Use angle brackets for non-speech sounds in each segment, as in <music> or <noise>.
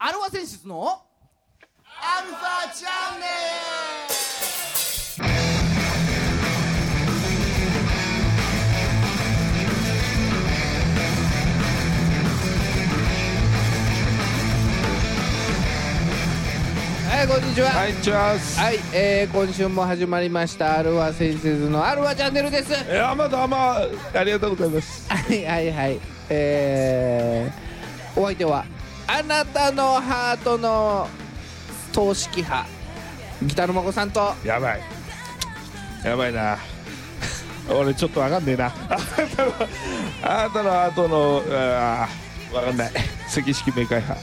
和選出のアルファチャンネルはいこんにちははい、チャース。はい、えー、今週も始まりました「アルワセンセズのアルワチャンネル」ですえー、あまだまありがとうございます。はいはいはいえー、お相手はあなたのハートの投式派ギターの孫さんとやばい。やばいな。俺ちょっとわかんねえな。あなたのあなたの後のあーわかんない。赤式明快派。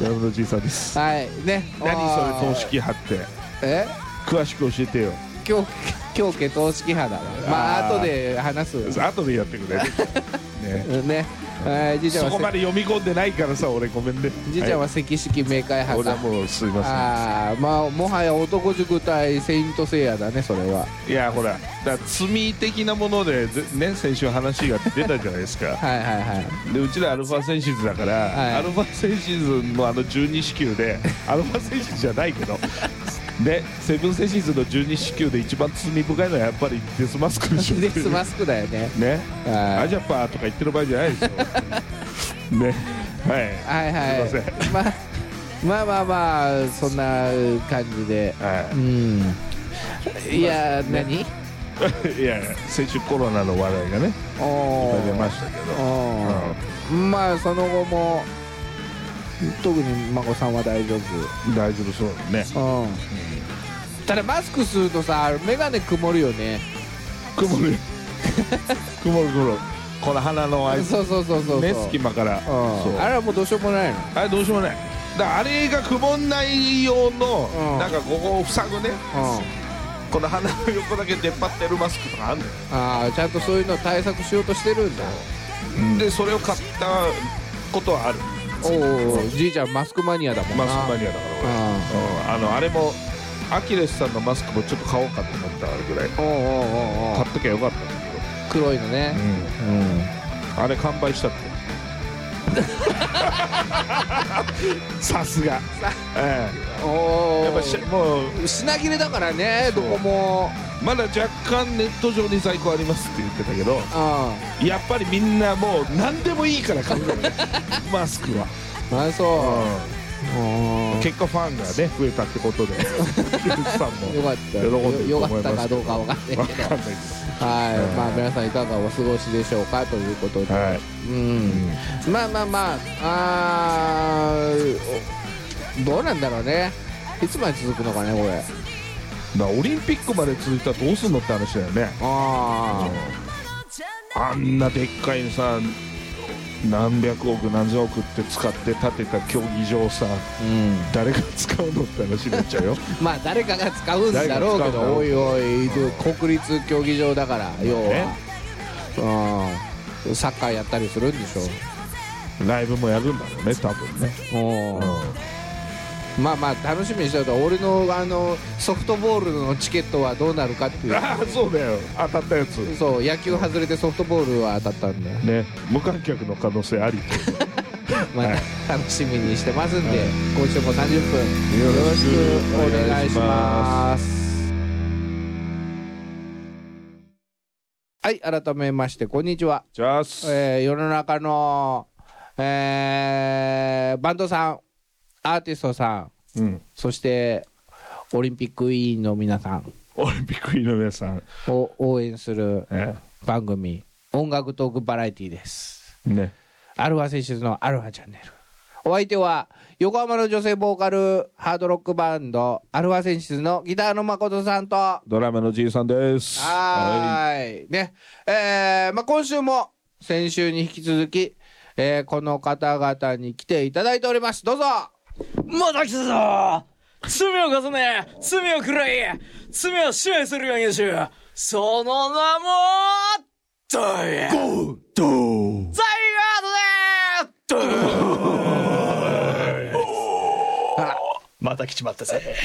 山田じいさんです。はいね何それ等式派って。え詳しく教えてよ。今日今日家投式派だわまああー後で話す後でやっ <laughs> てくれ。ね。ねはいじいちゃんそはこまで読み込んでないからさ、俺ごめんね。じいちゃんはは赤式明快い、派俺はかもうすいまああまあもはや男塾対セイントセイヤだねそれはせん。いや、ほら、だから罪的なもので、ぜね、先週話が出たじゃないですか。はいはい <laughs> はいでうちらアルファセンシズだから、はいアルファセンシズのあの12支 <laughs> 給でアルファセンシズじゃないけどでセブンセンシズの12支給で一番罪深いのはやっぱりデスマスクでしょデスマスクだよねねはいアジャパーとか言ってる場合じゃないで <laughs> すよねはいはいはいすいままあまあまあまあそんな感じではうんいや何い、いや先週コロナの話題がねおー出ましたけど、おーまあその後も特に孫さんは大丈うん、大丈夫そうだね夫うんただマスクするとさ眼鏡曇るよね曇る曇る曇るこの鼻のあいつそうそうそうそうそう目隙間からうそうんあれはもうどうしようもないのあれどうしようもないだからあれがくぼんない用の、うんなんかここを塞ぐねうんこの鼻の横だけ出っ張ってるマスクとかあんのよ、ああちゃんとそういうの対策しようとしてるんだでそれを買ったことはあるおおーじいちゃんマスクマニアだもんなマスクマニアだから俺うんうんあのあれもアキレスさんのマスクもちょっと買おうかと思ったぐらいおうおうおうお買うっときゃよかったんだけ黒いのねど、あれ完売したってさすが、えおおえやっぱしもう品切れだからねどこもまだ若干ネット上に在庫ありますって言ってたけどうやっぱりみんなもう何でもいいから買うよねマスクは、んあそううん結果ファンがね増えたってことで <laughs> 菊池さんもよかった喜んでるとよ思かいますったかどうかわかんないけどわかんないですはい、うんまあ皆さんいかがお過ごしでしょうかということで、はい、うんまあまあまああーおどうなんだろうねいつまで続くのかねこれだからオリンピックまで続いたらどうすんのって話だよねああんなでっかいさ何百億何千億って使って建てた競技場をさあうん誰が使うのって話になっちゃうよまあ誰かが使うんだろうけ誰が使うんだろどうおいおい国立競技場だから要は、うんサッカーやったりするんでしょライブもやるんだろうね多分ね、おーまあまあ楽しみにしてると俺のあのソフトボールのチケットはどうなるかってう <laughs> いん、う <laughs> ああそうだよ当たったやつそう野球外れてソフトボールは当たったんで、ね、無観客の可能性ありというまはいあ、楽しみにしてますんで、はい今週も30分よろしくお願いしますはい改めましてこんにちはじゃあす、えー世の中の、えーバンドさんアーティストさんうん、そしてオリンピック委員の皆さんオリンピック井上さん、を応援するえ番組音楽トークバラエティーですね、アルファ選手のアルファチャンネルお相手は横浜の女性ボーカルハードロックバンドアルファ選手のギターの誠さんとはドラマのじいさんです。ーいねえーまあ、今週も先週に引き続き、えーこの方々に来ていただいておりますどうぞまた来たぞ罪を重ね、罪を食らい、罪を支配するがげしゅ、その名も、ドイゴードザイガードでドイまた来ちまったぜ。はい <laughs>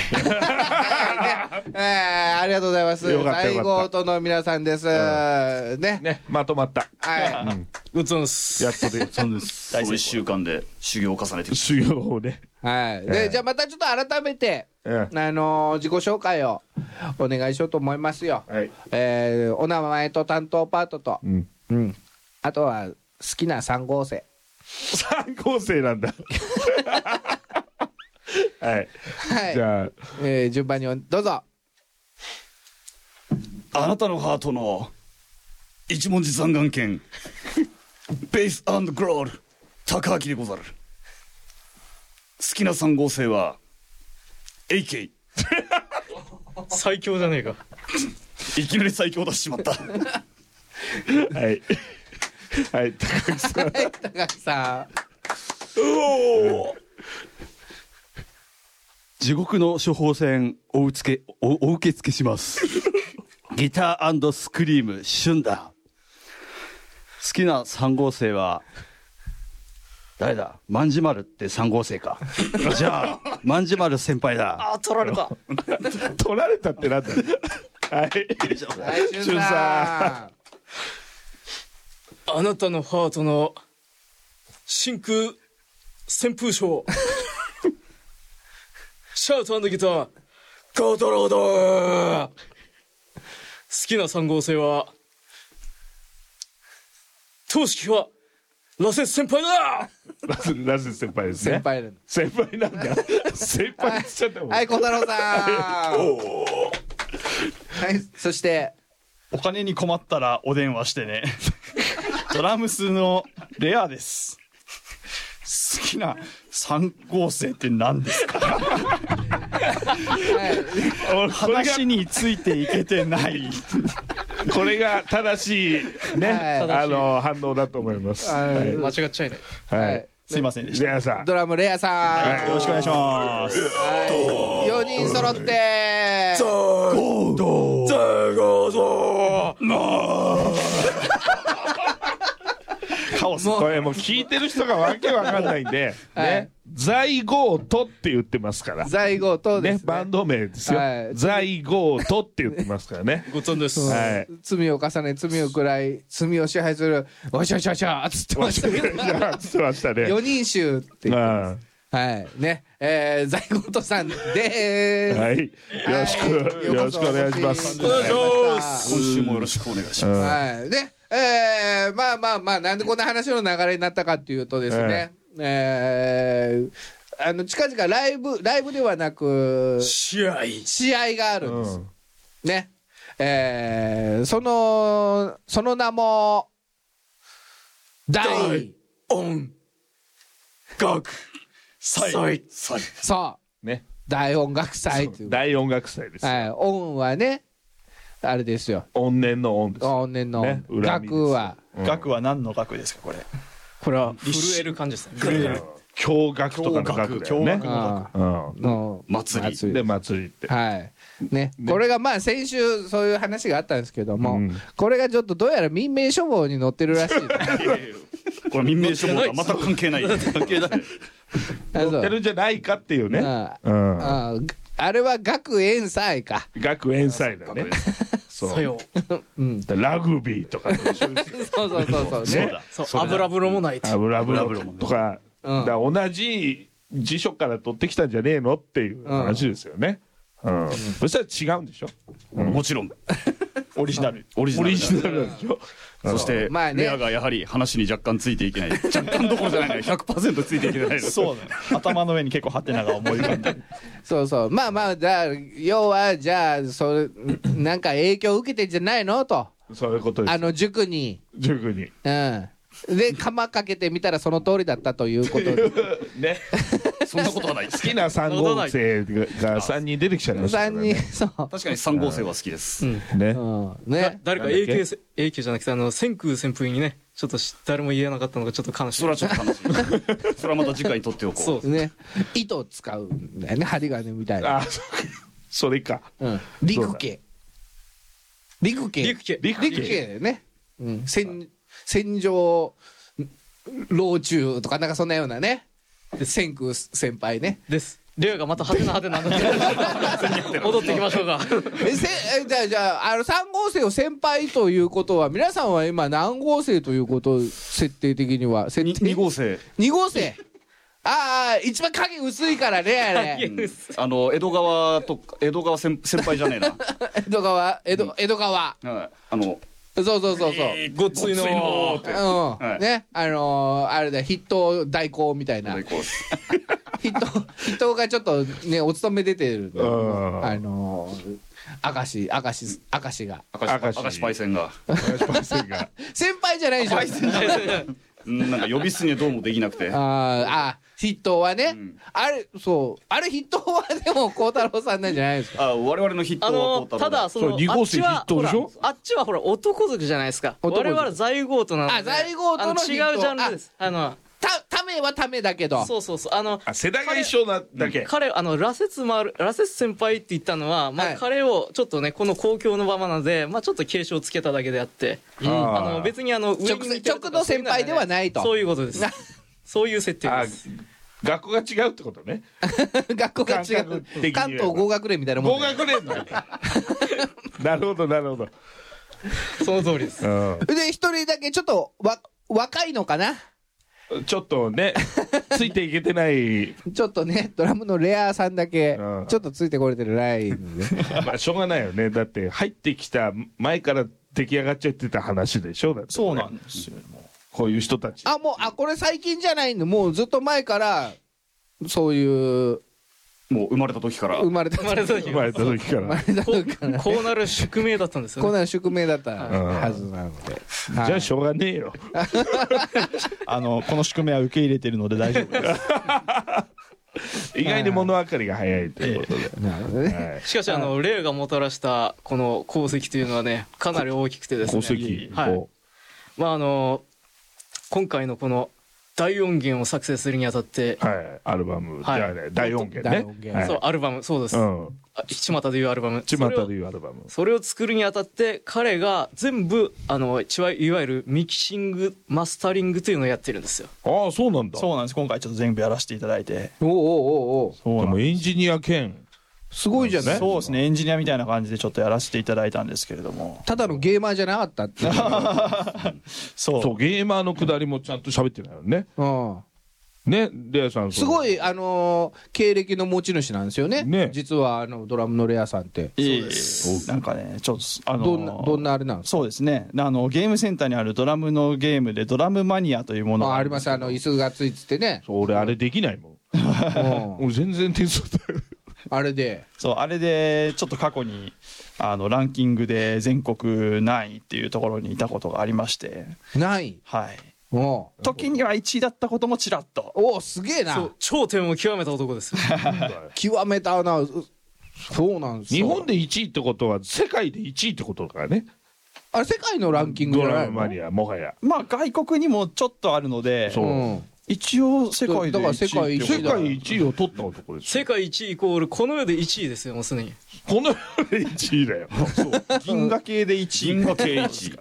ねえーありがとうございますよかったよ大かった豪との皆さんです、ねはいね、まとまった。はい、ごっつんす。やっとで、そうです。大体1週間で修行を重ねてき修行をね。はい。で、じゃあまたちょっと改めて、うんあのー自己紹介をお願いしようと思いますよ。はい。えーお名前と担当パートと、うん。うん。あとは、好きな3号生。三高生な <laughs> んだ。ははい。い。じゃあ、えー順番におどうぞ。あなたのハートの一文字三眼剣 <laughs> ベースグロール高明でござる好きな三号星は AK <laughs> 最強じゃねえか。 <laughs> いきなり最強出しちまったはい。はい、高木さん。はい、高木さ地獄の処方箋お受け、おお受け付けし <laughs> ます。ギタースクリーム、旬だ。好きな3号生は、誰だ万事丸って3号生か。じゃあ、万事丸先輩だ。あ、取られた。取られたっ <laughs> てなんだ。ん。はい。はい、しゅんさん。あなたのハートの真空旋風賞。 <laughs> シャウトギター、ゴートロード好きな3号星は、投資は、羅刹先輩だラス、ラス先輩ですね。先。輩なんで先輩な <laughs> んだ。先輩にしちゃったもん。はい、小太郎さん。はい、そして、お金に困ったらお電話してね <laughs> ドラムスのレアです好きな三号星って何ですかはい、話についていけてない <laughs> これが正しいね、はいあの反応だと思います。あのはい。間違っちゃいない。ははいい。 <laughs> すいませんでしたレアさん。ドラムレアさん。よろしくお願いしますはい、4人揃って。カオスこれもう聞いてる人がわけわかんないんで、はいね。在ゴートって言ってますから。在後とでねす、バねンド名ですよは。い在ゴートって言ってますか <laughs> らね。ごっつんです。はい。罪を重ね罪を食らい罪を支配するおしゃおしゃおしゃっつってましたけどじゃあ、つってましたね。 4人衆っていうあはいねえー、在庫とさんであす、はい。よろしく、よろしくお願いします。ようこそお越しいただきまし今週もよろしくお願いしますたはいねえー、まあまあまあなんでこんな話の流れになったかっていうとですね、えー、あの近々ライブライブではなく試合。試合があるんうです、んねえー、そのその名も大オン。学祭祭祭そうね。大音楽祭という大音楽祭です。はい、音はね、あれですよ、怨念の音です。往年のね恨みです楽は、うん学は何の学ですかこれこれは、震える感じですね。驚愕とかの楽だよ驚ね愕。あうんーの祭りで祭りって。はいね、これがまあ先週そういう話があったんですけども、うんこれがちょっとどうやら民命処方に <laughs> 載ってるらしいこれ民命処方とは全く関係ない <laughs> 関係ないあそうやってるんじゃないかっていうね。あうん。あーあれは学園祭か、学園祭だね。そさう。ようん、ラグビーとかの習字 <laughs> そうそうそうそうねね。う。そう、油風呂もないと。油風呂とか、うんだから同じ辞書から取ってきたんじゃねえのっていう話ですよね。うん。そしたら違うんでしょもちろんオリジナルオリジオナリルジナルなんでしょそしてまあねレアがやはり話に若干ついていけない若干どころじゃないのよ100%ついていけないそうだ頭の上に結構ハテナが思い浮かんでそうそうまあまあだから要はじゃあそれなんか影響受けてんじゃないのとそういうことであす。の塾に。塾に。うん、で釜かけてみたらその通りだったという <laughs> ことでね。そんなことはないで好すきな三号生が三人出てきちゃいましたから3ね。人そう、確かに三号星は好きですね。うん、だね誰かなんだっけ AK せ AK じゃなくてあの千空旋風にねちょっとし誰も言えなかったのがちょっと悲しいそれはちょっと悲しいそれはまた次回に取っておこうそうね糸を使うんだよね針金みたいな、あ、そうかそれか。うん、陸家陸家陸家陸家だよね、うん、戦戦場老中とかなんかそんなようなね千空先輩ねです竜がまたハテナハテナになってる戻ってきましょうかえせえじゃあじゃああの3号生を先輩ということは皆さんは今何号生ということ設定的には設に定二号生二号生ああ一番影薄いからねあれあの江戸川とか江戸川先先輩じゃね江戸川江戸江戸川えなはいあのそうそうそうそう、ごっついのーうん、はいねあのーあれだ筆頭代行みたいなこう筆頭筆頭がちょっとねお勤め出てるうんあのー明石明石明石が明明石石明石パイセンがが先輩じゃないでしょうんなんか呼び捨てにはどうもできなくてあーあ筆頭はね、んあれそうあれ筆頭はでも孝太郎さんなんじゃないですかあ我々の筆頭あは孝の太郎ただそそのう二あ号っち線は筆頭ほでらしょあっちはほら男族じゃないですか男我族々は在郷となのであ在郷とのあの違うジャンルですあのたためはためだけどそうそうそうあのあ世代が一緒なだけ彼あの羅刹丸羅刹先輩って言ったのは、まはあ、い彼をちょっとねこの公共の場なので、まあ、ちょっと継承つけただけであってあーあの別にあの上に似てるとか直そうい直の先うは輩ではないとそういうことですなそういう設定あです学校が違うってことね <laughs> 学校が違感う覚的には関東合学連みたいなも合んだよ学年だよ <laughs> なるほどなるほどその通り <laughs> ですで一人だけちょっとわ若いのかなうんちょっとねついていけてないちょっとね <laughs> ドラムのレアさんだけうんちょっとついてこれてるラインで <laughs> <laughs> まあしょうがないよねだって入ってきた前から出来上がっちゃってた話でしょだってそうなんですよ。もこういう人たちあもうあこれ最近じゃないんでもうずっと前からそういうもう生まれた時から生まれた生まれた時生まれた時か生まられたこ時からうこうなる宿命だったんですこんよねなの宿命だったはずなので、はいじゃあしょうがねえようあのこの宿命は受け入れてるので大丈夫です。意外に物分かりが早いということでなるほどねはいしかしあの霊がもたらしたこの功績というのはねかなり大きくてですね功績はいこまああの今回のこの大音源を作成するにあたって、うはいアルバムじはいゃあね大音源大ね音源そうはアルバムそうです、いうんあ巷でいうアルバム巷それをでいうアルバムそれを作るにあたって彼が全部あのいわいわゆるミキシングマスタリングというのをやってるんですよああそうなんだそうなんです。今回ちょっと全部やらせていただいて。おうおうおうおうそうでなんもでエンジニア兼すごいじゃすないそうですね。エンジニアみたいな感じでちょっとやらせていただいたんですけれども。ただのゲーマーじゃなかったっていう、 <laughs> そう。そうゲーマーのくだりもちゃんと喋ってないよねうん、ねレアさんそすのごい、あのー経歴の持ち主なんですよねね実はあのドラムのレアさんってええなんかね、ちょっと、あのどんなどんなあれなんですかそうですねあのゲームセンターにあるドラムのゲームでドラムマニアというものあがあありるんでますけどあの椅子がついてて <laughs> ね、そう俺あれできないもんうん、俺全然点数取れあれでそうあれでちょっと過去にあのランキングで全国何位っていうところにいたことがありましてないはいおう時には1位だったこともちらっとおうすげえなそう頂点を極めた男ですよ <laughs> 極めたなうそうなんです日よ本で1位ってことは世界で1位ってことだからねあれ世界のランキングじドゃなラいムのマニアもはやまあ外国にもちょっとあるのでそううん、一応世界でだから世界1位っ一てこ世位とだ界1位を取った男です世界1位イコールこの世で1位ですよもうすでにこの世で1位だよ銀河系で1位銀河系一位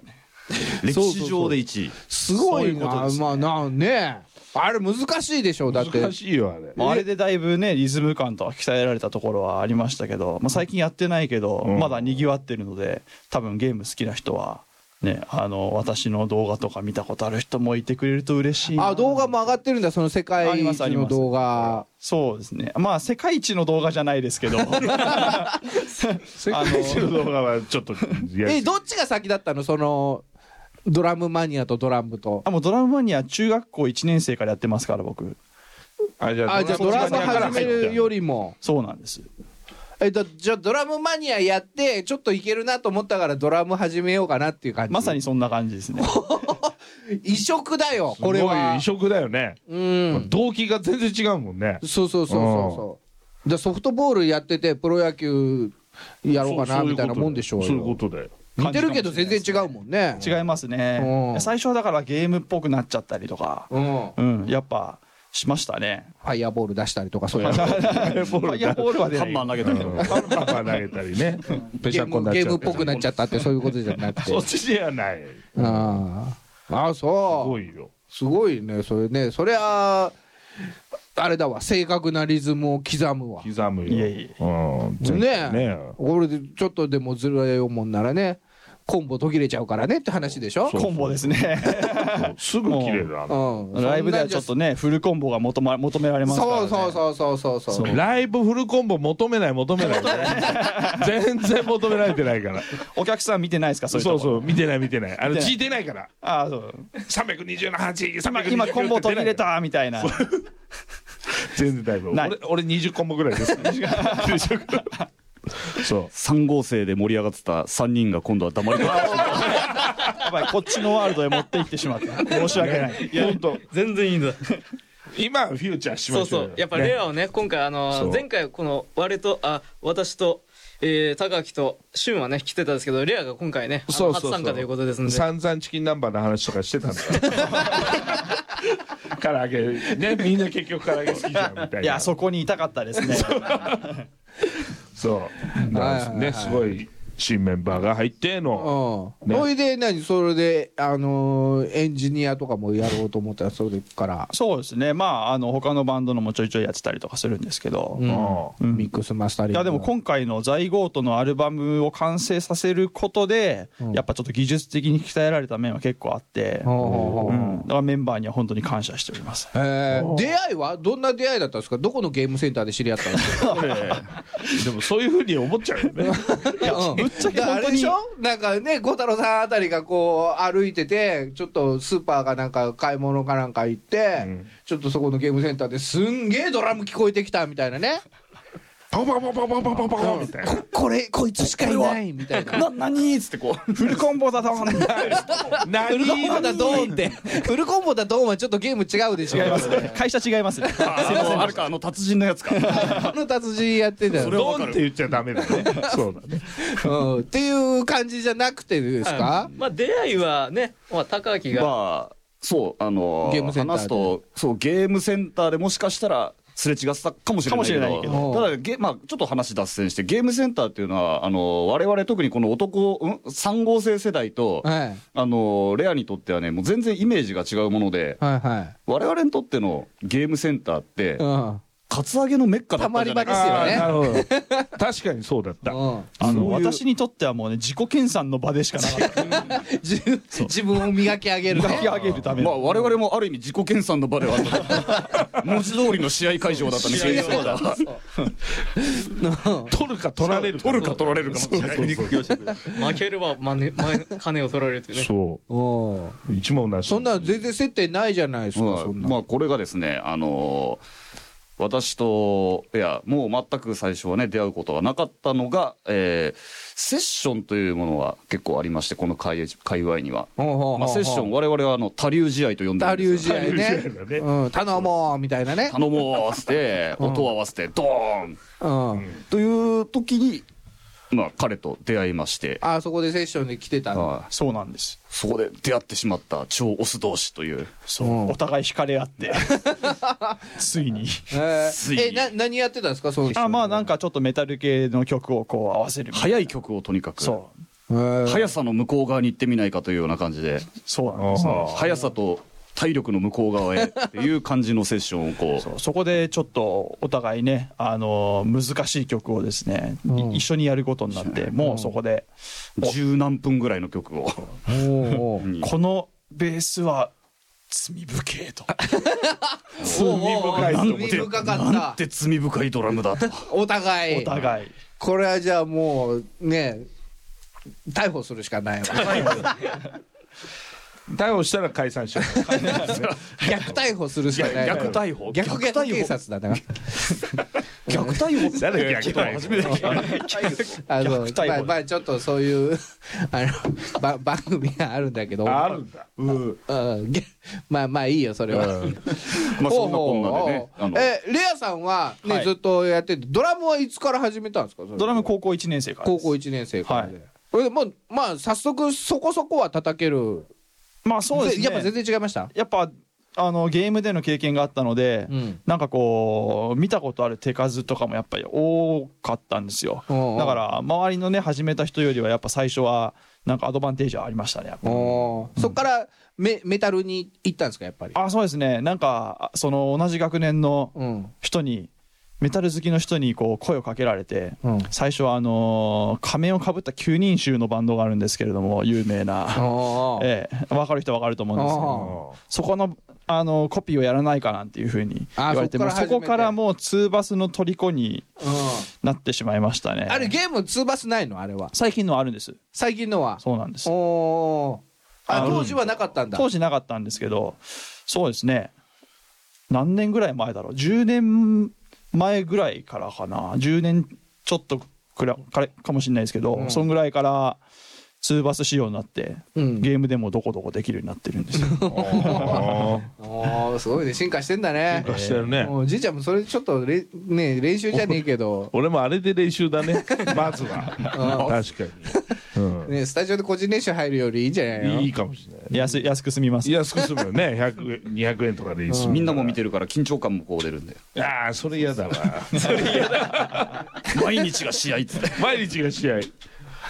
歴史上で一位すごいそういうことなですねまあなんねあれ難しいでしょ <laughs> だって難しいよあれまああれでだいぶねリズム感とか鍛えられたところはありましたけど、まあ、最近やってないけど、んまだにぎわってるので多分ゲーム好きな人は、ね、あの私の動画とか見たことある人もいてくれると嬉しいなあ動画も上がってるんだその世あ界り一ますありまのす動画そうですねまあ世界一の動画じゃないです <laughs> けど世 <laughs> 界一の動画はちょっとや <laughs> りえどっちが先だったのそのドラムマニアとドラムとあもうドラムマニア中学校1年生からやってますから僕あじゃあじゃあドラム始めるよりりもそうなんですえだじゃあドラムマニアやってちょっといけるなと思ったからドラム始めようかなっていう感じまさにそんな感じ <laughs> ですね異色だよここれれはは異色だよねうん動機が全然違うもんねそうそうそうそうそうだソフトボールやっててプロ野球やろうかなそみたいなもんでしょうそういうこよとだよ似てるけど全然違うもんね違いますねうん最初はだからゲームっぽくなっちゃったりとかうんうんやっぱしましたねファイヤーボール出したりとかそういうフ <laughs> ァイアボールは出ハなンいマー投げたそうけいうどことだよパンパン投げたりねペシゲャーコにムな <laughs> ゲーちゃムうっぽくなっちゃったってそういうことじゃなくてそっちじゃないすあああそうごいよすごいねそれねそりゃああれだわ正確なリズムを刻むわ刻むよ。いえいえうん。全ね然えこれでちょっとでもずれようもんならねコンボ途切れちゃうからねって話でしょコンボですね。すぐ切れるな。うん <laughs> ライブではちょっとね、フルコンボが求ま求められますから、そね。うそうそうそうそうそうそうライブフルコンボ求めない求めない全然求められてないからお客さん見てないですか、そそういうとこうそう見てない見てないあの見てない聞いてないからああ、そう。 320の8今、今コンボ途切れたみたいな。全然大丈夫ない俺俺20コンボぐらいです <laughs> そう3号生で盛り上がってた3人が今度は黙り込やばい、こっちのワールドへ持って行ってしまった。申し訳ない。いや本当全然いいんだ。今フューチャーしそまうしょそうう。やっぱレアをね、今回あそのう、前回この、我と、あ、私と、えー、高木と、シュンはね、来てたんですけど、レアが今回ね、あのそうそうそ初う参加ということですんで。散々チキン南蛮の話とかしてたんだよ唐揚げねみんな結局唐揚げ好きじゃんみたいないや、そこにいたかったですね。そうはいはいはいねすごい新メンバーが入ってのうんねそれで何それであのーエンジニアとかもやろうと思ったらそれから、そうですね。まあ、あの、他のバンドのもちょいちょいやってたりとかするんですけど。ういんうんミックスマスタリングやでも今回の在ゴートのアルバムを完成させることで、うんやっぱちょっと技術的に鍛えられた面は結構あって、ほうほうほううんだからメンバーには本当に感謝しております。えー出会いはどんな出会いだったんですかどこのゲームセンターで知り合ったんですかでもそういうふうに思っちゃうよねうんぶっちゃけだからあ本当れでにしょなんかね、小太郎さんあたりがこう歩いてて、ちょっとスーパーかなんか買い物かなんか行って、んちょっとそこのゲームセンターですんげえドラム聞こえてきたみたいなね。パンパンパンパンパンパンパンパンみたいなここれ、こいつしかいないみたいな。な、何っつってこう、フルコンボだと思うんだ。フルコンボだドーンって。フルコンボだドーンはちょっとゲーム違うでしょ。違いますね。会社違いますね。ああのあれかあの達人のやつかあの達人やってたよねドンって言っちゃダメだねそうだねうんっていう感じじゃなくてですかはいまあ、出会いはね、まあ、高木が、まあそうあのゲームセンターで話すとそうゲームセンターでもしかしたらすれ違ってたかもしれないけどかもしれないけどただゲ、まあ、ちょっと話脱線してゲームセンターっていうのはあの我々特にこの男、うん、3号生世代と、はい。あのレアにとってはねもう全然イメージが違うものではいはい。我々にとってのゲームセンターって、うん。カツアゲのメッカだたったまんじりゃな場いですかよあーなね。るほど確かにそうだったうんあの私にとってはもうね自己研鑽の場でしかなかった自自分を磨き上げるね。磨き上げるためまあの、我々もある意味自己研鑽の場ではあった文字通りの試合会場だったね試合ゲームセンターは取るか取られるか取るか取られるかもしれない負ければまね、まね、金を取られるっていうね。そおうう一問なしそんなの全然接点ないじゃないですか、まあそんなまあこれがですねあのー私といやもう全く最初はね出会うことがなかったのが、えーセッションというものは結構ありましてこの界界隈には、のまあ、セッション我々はあの多流試合と呼んでる打んですよ流試合ね打流試合だねうん、頼もうみたいなね、頼もう合わせて音を合わせてドーンうん、という時に、まあ、彼と出会いまして、あそこでセッションに来てたのはそうなんですいそこで出会ってしまった超オス同士というそう、うんお互い惹かれ合ってついにえーついにえな何やってたんですかその人あまあなんかちょっとメタル系の曲をこう合わせるみたいな速い曲をとにかくそえうー速さの向こう側に行ってみないかというような感じでそうなんですね速さと体力の向こう側へっていう感じのセッションを <laughs> こそうそこでちょっとお互いね、あのー難しい曲をですね、いうん一緒にやることになってもうそこで、う十何分ぐらいの曲をおうおううんこのベースは罪深いとおうおう罪深いと罪思って深かっなたんて罪深いドラムだとお互いお互いこれはじゃあもうね逮捕するしかないわ逮捕したら解散しよう逆逮捕するしかないわ逆逮捕逆逆逆警逮捕察だな逆逮捕 <laughs> って誰が逆逮捕初めて聞いたあの虐待まあもまあちょっとそういう <laughs> あのば番組があるんだけ <laughs> どああるんだうんうんげまあまあいいよそれは、まあほそうんなこんなでねほうあのえレアさんはね、はいずっとやっててドラムはいつから始めたんですかそれドラム高校1年生からで高す校1年生からで、はこれでもうまあ早速そこそこは叩けるまあそうですねぜやっぱ全然違いましたやっぱあのゲームでの経験があったので、うんなんかこう見たことある手数とかもやっぱり多かったんですよおうおうだから周りのね始めた人よりはやっぱ最初はなんかアドバンテージはありましたねやっぱおーそっからメメタルに行ったんですかやっぱりあそうですねなんかその同じ学年のうん人にメタル好きの人にこう声をかけられて、うん最初はあのー仮面をかぶった9人衆のバンドがあるんですけれども有名な、おーええ、分かる人は分かると思うんですけどもそこのあのコピーをやらないかなんていうふうに言あわれてそっそこからそこから初めてもう2バスの虜にうなってしまいましたねんあれゲームツーバスないのあれは最近のあるんです最近のはそうなんですおおーああの当時はなかったんだ当時なかったんですけどそうですね何年ぐらい前だろう10年前ぐらいからかな10年ちょっとくらかれかもしれないですけど、うんそんぐらいから2バス仕様になって、うんゲームでもどこどこできるようになってるんですよあおーすごいね進化してんだねあしてるねもうじいちゃんもそれちょっとれね練習じゃねえけど、俺もあれで練習だ <laughs> ねまずは確かにね、スタジオで個人練習入るよりいいんじゃなういんのいいかもしれない安い安く済みます安く済むよね100 200円とかでいいみんなも見ててるから緊張感もこう出るんでああそれ嫌だ <laughs> わ毎日が試合っつって <laughs> 毎日が試合ジ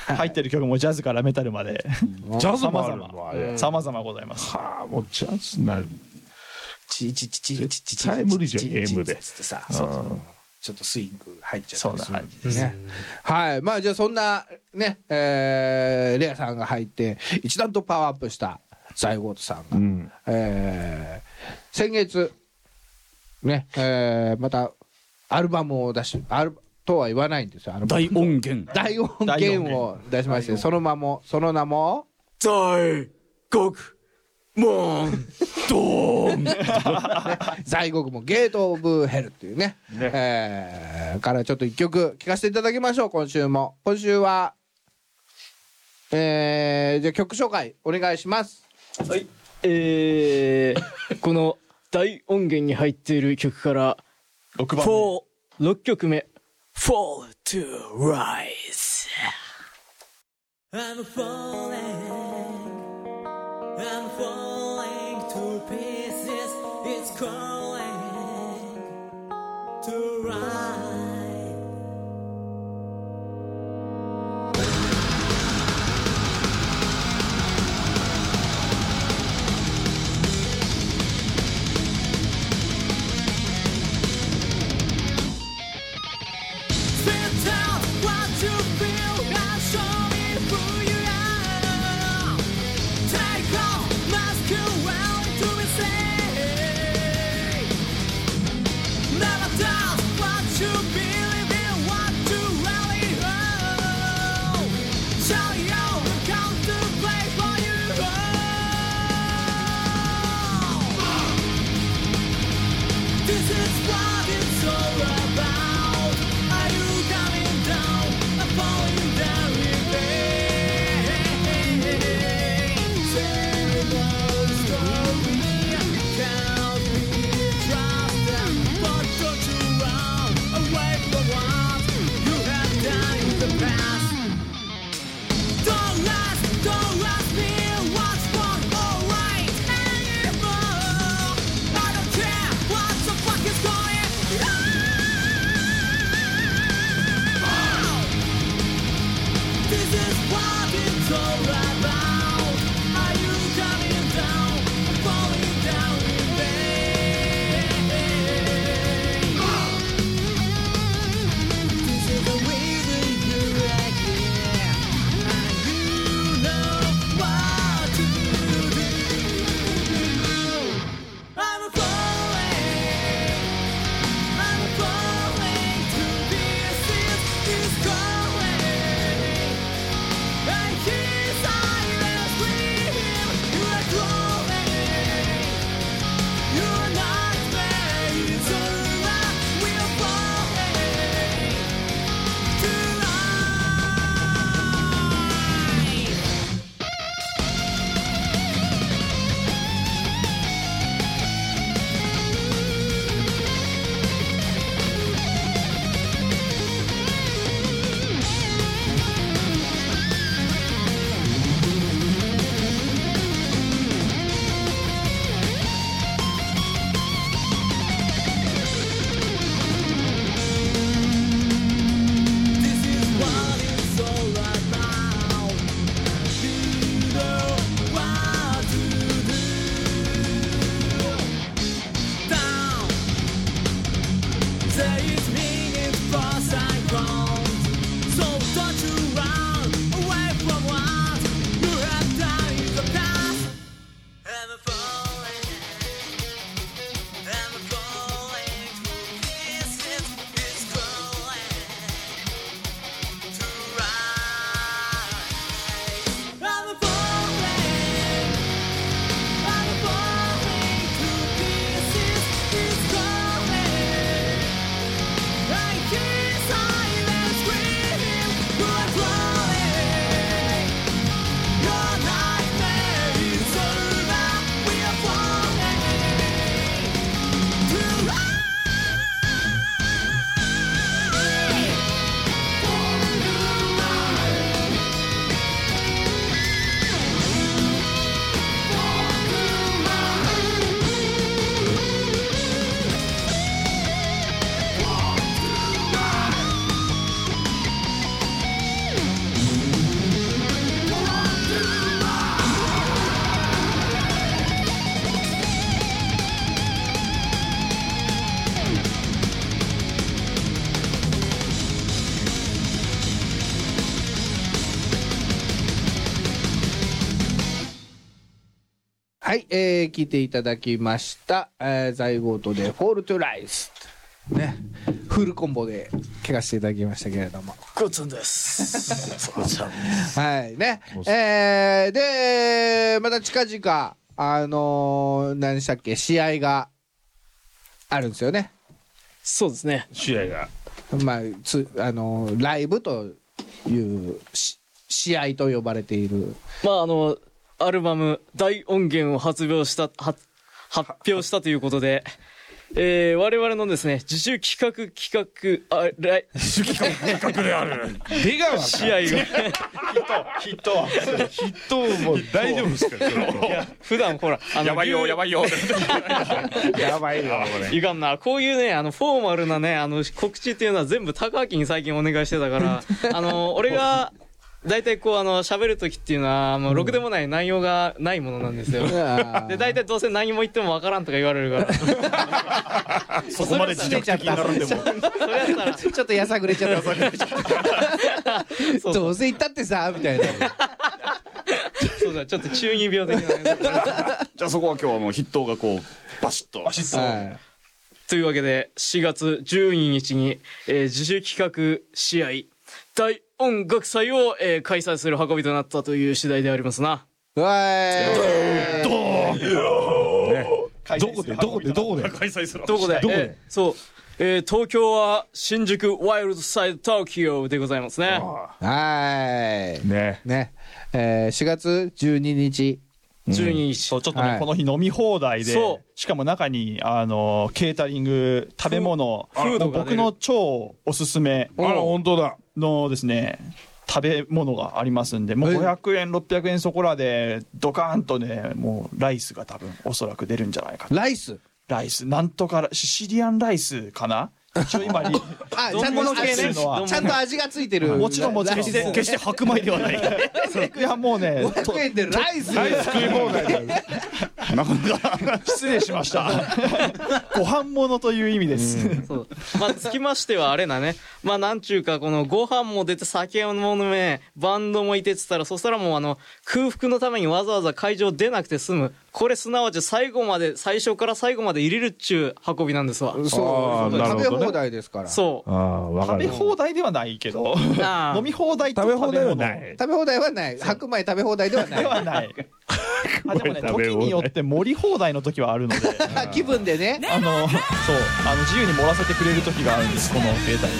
入ってる曲もジャズからメタルまでャズもあるのあれ様々ございますはあもうジャズになるチチチチチチチチ対無理じゃんゲームでつってさそうそうちょっとスイング入っちゃったそりうだするねはいまあじゃあそんなねえーレアさんが入って一段とパワーアップしたザイゴートさんが、うんえー先月ねえーまたアルバムを出しアルとは言わないんですよアルバム大音源大音源を出しましてその名もその名も大極モンドーン在国もゲート・オブ・ヘルっていうねねえーからちょっと一曲聴かせていただきましょう今週も今週はえー、じゃあ曲紹介お願いしますはい。えー、この大音源に入っている曲から、 6 4、6曲目、Fall to Rise。 I'm falling, I'm falling to pieces. It's calling to rise. Spit out what you feel and show me who you are. Take off masculinity to be seen. Never doubt what you first I groaned. So don't you run away from what you have done in the past. I'm falling. I'm falling. This is it's crawling to rise. I'm falling. I'm falling to pieces. It's crawling. I hear silence screaming. You're crawling. Your nightmare is over. We're falling to rise. はい、えー、聞いていただきました。えー、在ゴートでフォールトゥライス。ね。フルコンボで怪我していただきましたけれども。ごっつんです。はい、ね。えー、で、また近々、あのー、何でしたっけ、試合があるんですよね。そうですね。試合がまあ、つあのーライブというし試合と呼ばれている。まああの、アルバム、大音源を発表した、は発表したということで、えー、我々のですね、自主企画企画、あ、ライ、出川か試合が、どうも大丈夫ですか <laughs> 普段ほら、 <laughs> あの、やばいよ、やばいよ。 <laughs> やばいよこれいかんな。こういうね、あの、フォーマルなね、あの、告知っていうのは全部高明に最近お願いしてた <laughs> から、あの、俺が、大体こう、あの、喋るときっていうのは、もう、ろくでもない内容がないものなんですよ。あーで、大体どうせ何も言ってもわからんとか言われる <laughs> から。そこまで自虐的に並んでもそれやったら、ちょっとやさぐれちゃった。どうせ行ったってさ、みたいな。そうだ、ちょっと中二病的なね。 <laughs> じゃあそこは今日はもう筆頭がこうバシッとバシッはいというわけで、4月12日に、えー自主企画試合、大音楽祭を、えー開催する運びとなったという次第でありますな。うわーいどこでどこでどこで開催するどこでどこでえーそう。えー東京は新宿ワイルドサイド東京でございますね。はーい。ねね。えー、4月12日。 12日。そうちょっとね、はいこの日飲み放題でそしかも中にあのケータリング食べ物フードが出僕るの超おすすめあら本当だのですね食べ物がありますんでもうえ500円600円そこらでドカーンとねもうライスが多分おそらく出るんじゃないかなライス。ライスなんとかシシリアンライスかな一応今あ、丼ちゃん物と系ね味丼物ちゃんと味がついてる。もちろんもちろんライス決して白米ではないいやもうねと500円でライス。ライス食い放題だよなかなか失礼しましたご飯物という意味です、そう <laughs> まあ、つきましてはあれだね。まあ、なんちゅうか、この、ご飯も出て、酒も飲め、バンドもいてって言ったら、そしたらもう、あの、空腹のためにわざわざ会場出なくて済む。これ、すなわち最後まで、最初から最後まで入れるっちゅう運びなんですわ。あそうーなるほどね食べ放題ですから。食そう。ああわか食べる放題ではないけどああ飲み放題と食べ放題は物ないべ放題はない。白米食べ放題ではでな <laughs> はないあでもね食べ放題時によって盛り放題の時はあるのでい。 <laughs> 気分でね。あのそうあの自由に盛らせてくれる時があるんですこの携帯に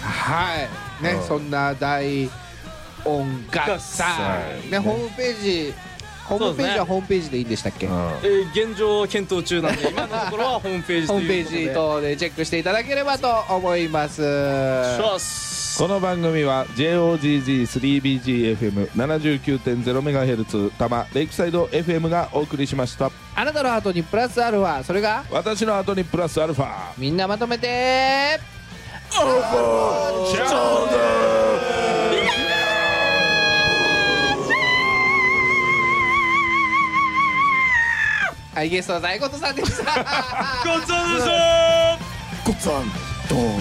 はい。ね、そんな大音楽祭。ね、ホームページ、ホームページはホームページでいいんでしたっけうホんえー現状検討中なんで、今のところはホームページとームペいうージことで。等でチェックしていただければと思います。お願いします。この番組は JOGG3BGFM79.0MHz 多摩レイクサイド FM がお送りしましたあなたのハートにプラスアルファ、それが私の後にプラスアルファみんなまとめてはい、ゲストは大ことさんでした。ごちそうさまでしたゴッツァンドーンね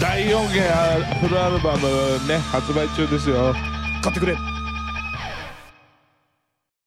第4弦あフルアルバムね発売中ですよ買ってくれ